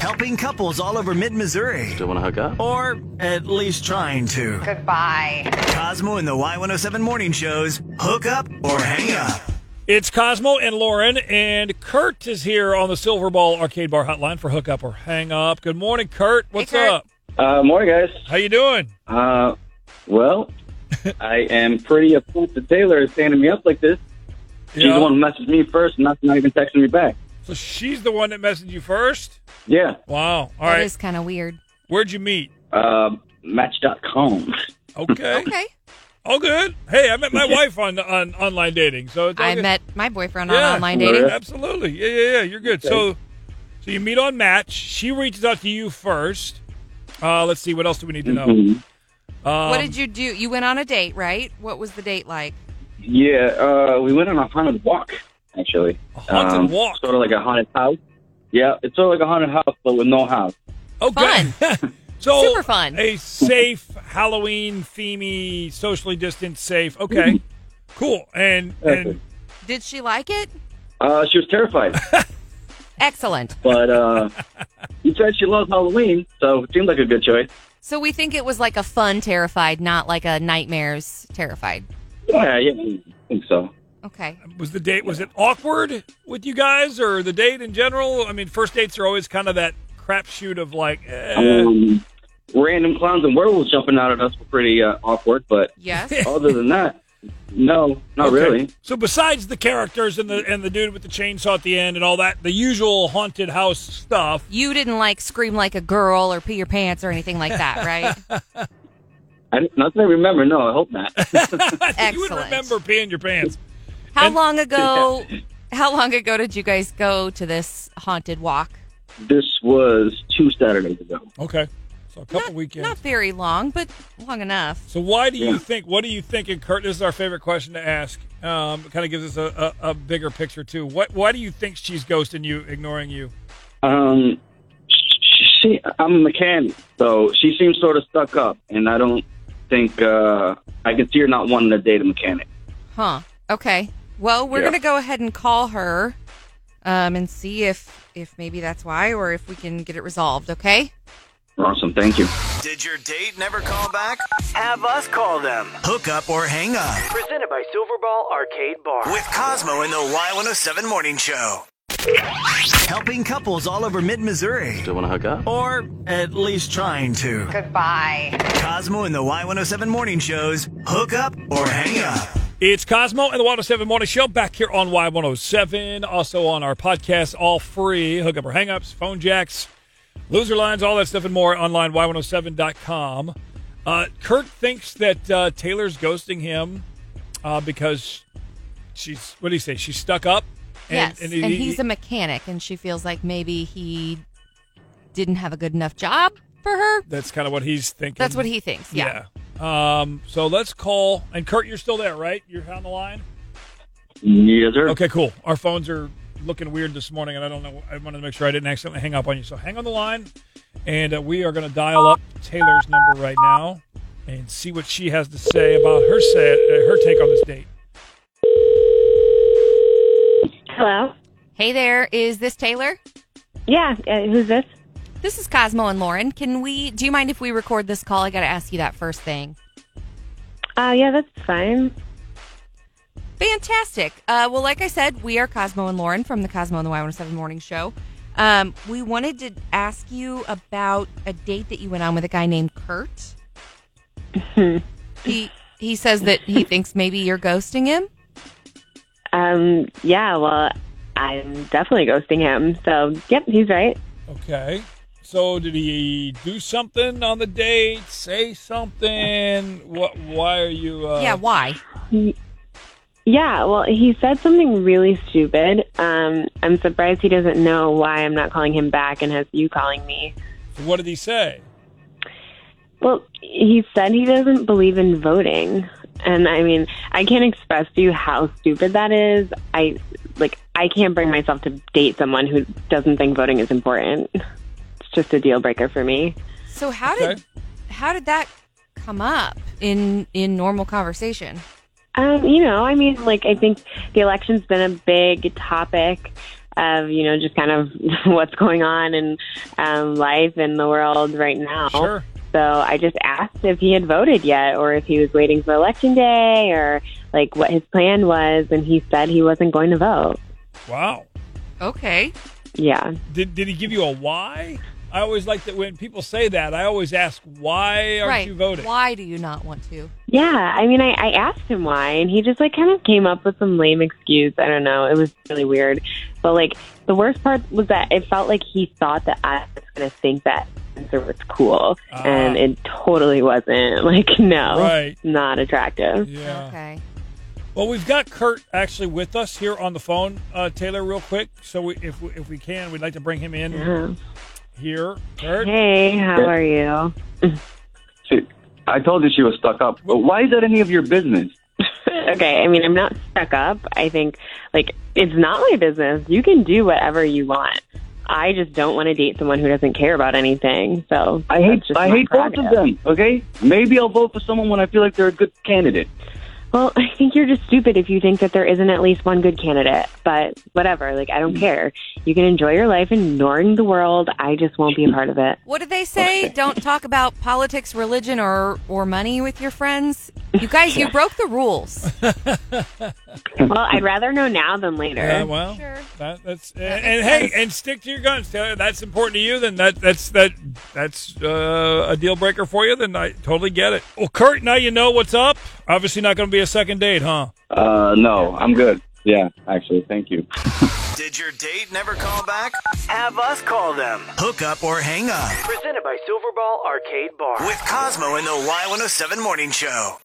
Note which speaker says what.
Speaker 1: helping couples all over mid Missouri.
Speaker 2: Still want to hook up?
Speaker 1: Or at least trying to.
Speaker 3: Goodbye.
Speaker 1: Cosmo and the Y107 morning shows hook up or hang up.
Speaker 4: It's Cosmo and Lauren, and Kurt is here on the Silver Ball Arcade Bar Hotline for hookup or hang up. Good morning, Kurt. What's
Speaker 3: Kurt.
Speaker 4: up?
Speaker 5: Uh, morning, guys.
Speaker 4: How you doing?
Speaker 5: Uh, well, I am pretty upset that Taylor is standing me up like this. She's
Speaker 4: Yeah.
Speaker 5: the one who messaged me first, and not, not even texting me back.
Speaker 4: So she's the one that messaged you first.
Speaker 5: Yeah,
Speaker 4: Wow. All
Speaker 3: That
Speaker 4: right.
Speaker 3: is kind of weird.
Speaker 4: Where'd you meet?
Speaker 5: uh, Match.com.
Speaker 4: Okay.
Speaker 3: Okay.
Speaker 4: All good. Hey, I met my wife on on online dating. So it's all
Speaker 3: I
Speaker 4: good.
Speaker 3: met my boyfriend
Speaker 4: Yeah.
Speaker 3: on online dating.
Speaker 4: Absolutely. Yeah, yeah, yeah. You're good. So, so you meet on Match. She reaches out to you first. Uh, let's see. What else do we need to know?
Speaker 5: Mhm.
Speaker 4: Um,
Speaker 3: what did you do? You went on a date, right? What was the date like?
Speaker 5: Yeah, uh, we went on a haunted walk, actually.
Speaker 4: A haunted
Speaker 5: Um,
Speaker 4: walk.
Speaker 5: Sort of like a haunted house. Yeah, it's sort of like a haunted house, but with no house.
Speaker 4: Okay. so
Speaker 3: Super fun.
Speaker 4: A safe Halloween themey, socially distanced, safe. Okay.
Speaker 3: Mm-hmm.
Speaker 4: Cool. And and
Speaker 5: Perfect.
Speaker 3: Did she like it?
Speaker 5: Uh, she was terrified,
Speaker 3: Excellent.
Speaker 5: but uh, you said she loves Halloween, so it seemed like a good choice.
Speaker 3: So we think it was like a fun terrified, not like a nightmares terrified.
Speaker 5: Yeah, yeah, I think so.
Speaker 3: Okay.
Speaker 4: was the date was it awkward with you guys or the date in general? I mean, first dates are always kind of that crapshoot of like. eh.
Speaker 5: Um, random clowns and werewolves jumping out at us were pretty uh, awkward, but
Speaker 3: Yes.
Speaker 5: other than that, no, not
Speaker 4: Okay.
Speaker 5: really.
Speaker 4: So besides the characters and the and the dude with the chainsaw at the end and all that, the usual haunted house stuff.
Speaker 3: You didn't like scream like a girl or pee your pants or anything like that, right?
Speaker 5: I, not that I remember. No, I hope not.
Speaker 4: You would
Speaker 3: Excellent.
Speaker 4: remember peeing your pants.
Speaker 3: How
Speaker 4: And-
Speaker 3: long ago? How long ago did you guys go to this haunted walk?
Speaker 5: this was two Saturdays ago.
Speaker 4: Okay. So a couple
Speaker 3: Not,
Speaker 4: weekends.
Speaker 3: not very long, but long enough.
Speaker 4: So why do you
Speaker 5: Yeah.
Speaker 4: think? What do you think? And Kurt, this is our favorite question to ask. Um, kind of gives us a, a, a bigger picture too. What? Why do you think she's ghosting you, ignoring you?
Speaker 5: Um, sh- she, I'm a mechanic, so she seems sort of stuck up, and I don't think uh, I can see her not wanting to date a mechanic.
Speaker 3: Huh. Okay. Well, we're
Speaker 5: Yeah.
Speaker 3: gonna go ahead and call her, um, and see if if maybe that's why, or if we can get it resolved. Okay.
Speaker 5: Awesome, thank you.
Speaker 1: Did your date never call back? Have us call them. Hook up or hang up.
Speaker 6: Presented by Silverball Arcade Bar.
Speaker 1: With Cosmo and the Y107 morning show. Helping couples all over mid Missouri.
Speaker 2: Still want to hook up?
Speaker 1: Or at least trying to.
Speaker 3: Goodbye.
Speaker 1: Cosmo and the Y107 morning shows hook up or hang up.
Speaker 4: It's Cosmo and the Water Seven Morning Show back here on Y one hundred seven. Also on our podcast, all free hookup or hangups, phone jacks, loser lines, all that stuff and more online y107.com. Uh, Kurt thinks that uh, Taylor's ghosting him uh, because she's what do you say? She's stuck up.
Speaker 3: yes. And,
Speaker 4: he-
Speaker 3: he's a mechanic, and she feels like maybe he didn't have a good enough job for her.
Speaker 4: That's kind of what he's thinking.
Speaker 3: That's what he thinks. yeah.
Speaker 4: Um, so let's call. And Kurt, you're still there, right? You're on the line?
Speaker 5: Yes, sir.
Speaker 4: Okay, cool. Our phones are looking weird this morning, and I don't know. I wanted to make sure I didn't accidentally hang up on you. So hang on the line, and uh, we are going to dial up Taylor's number right now and see what she has to say about her say, uh, her take on this date.
Speaker 7: Hello.
Speaker 3: Hey there, is this Taylor?
Speaker 7: Yeah. Uh, who's this?
Speaker 3: This is Cosmo and Lauren. Can we do you mind if we record this call? I got to ask you that first thing.
Speaker 7: Uh, yeah, that's fine.
Speaker 3: Fantastic. Uh, well, like I said, we are Cosmo and Lauren from the Cosmo and the Y107 Morning Show. Um, we wanted to ask you about a date that you went on with a guy named Kurt. he he says that he thinks maybe you're ghosting him.
Speaker 7: Um, yeah. Well, I'm definitely ghosting him. So, yep, he's right.
Speaker 4: Okay. So did he do something on the date? Say something? What? Why are you? Uh,
Speaker 3: yeah, why?
Speaker 7: Yeah. Well, he said something really stupid. Um, I'm surprised he doesn't know why I'm not calling him back and has you calling me.
Speaker 4: What did he say?
Speaker 7: Well, he said he doesn't believe in voting. And I mean, I can't express to you how stupid that is. I like I can't bring myself to date someone who doesn't think voting is important. It's just a deal breaker for me.
Speaker 3: So how
Speaker 4: Okay.
Speaker 3: did how did that come up in in normal conversation?
Speaker 7: Um, you know, I mean, like I think the election's been a big topic. of you know just kind of what's going on in um, life and the world right now.
Speaker 3: Oh.
Speaker 4: Sure.
Speaker 7: So I just asked if he had voted yet, or if he was waiting for election day, or like what his plan was, and he said he wasn't going to vote.
Speaker 4: Wow.
Speaker 3: Okay.
Speaker 7: Yeah.
Speaker 4: Did, did he give you a why? I always like that when people say that, I always ask, why aren't
Speaker 3: right.
Speaker 4: you voting?
Speaker 3: Why do you not want to?
Speaker 7: Yeah, I mean, I, I asked him why, and he just like kind of came up with some lame excuse. I don't know. It was really weird. But like the worst part was that it felt like he thought that I was going to think that Spencer was cool,
Speaker 4: Ah.
Speaker 7: and it totally wasn't. Like, no,
Speaker 4: Right.
Speaker 7: not attractive.
Speaker 4: Yeah.
Speaker 3: Okay.
Speaker 4: Well, we've got Kurt actually with us here on the phone, uh, Taylor, real quick. So we, if, we, if we can, we'd like to bring him in
Speaker 7: Yeah.
Speaker 4: here. Kurt?
Speaker 7: Hey, how are you?
Speaker 5: She, I told you she was stuck up. But why is that any of your business?
Speaker 7: okay, I mean, I'm not stuck up. I think, like, it's not my business. You can do whatever you want. I just don't want to date someone who doesn't care about anything. So
Speaker 5: I hate
Speaker 7: that's just
Speaker 5: I
Speaker 7: my
Speaker 5: hate both of
Speaker 7: prerogative.
Speaker 5: them. Okay, maybe I'll vote for someone when I feel like they're a good candidate.
Speaker 7: Well, I think you're just stupid if you think that there isn't at least one good candidate. But whatever, like I don't care. You can enjoy your life ignoring the world. I just won't be a part of it.
Speaker 3: What do they say? Don't talk about politics, religion, or or money with your friends. You guys, you broke the rules.
Speaker 7: Well, I'd rather know now than
Speaker 4: Uh,
Speaker 7: later.
Speaker 4: well,
Speaker 3: Sure.
Speaker 4: that, that's
Speaker 3: That
Speaker 4: and,
Speaker 3: makes
Speaker 4: and hey,
Speaker 3: sense.
Speaker 4: and stick to your guns, Taylor. That's important to you. Then that that's that that's uh, a deal breaker for you. Then I totally get it. Well, Kurt, now you know what's up. Obviously, not going to be a second date, huh?
Speaker 5: Uh, no, I'm good. Yeah, actually, thank you.
Speaker 1: Did your date never call back?
Speaker 6: Have us call them.
Speaker 1: Hook up or hang up
Speaker 6: Presented by Silverball Arcade Bar.
Speaker 1: with Cosmo in the Y107 Morning Show.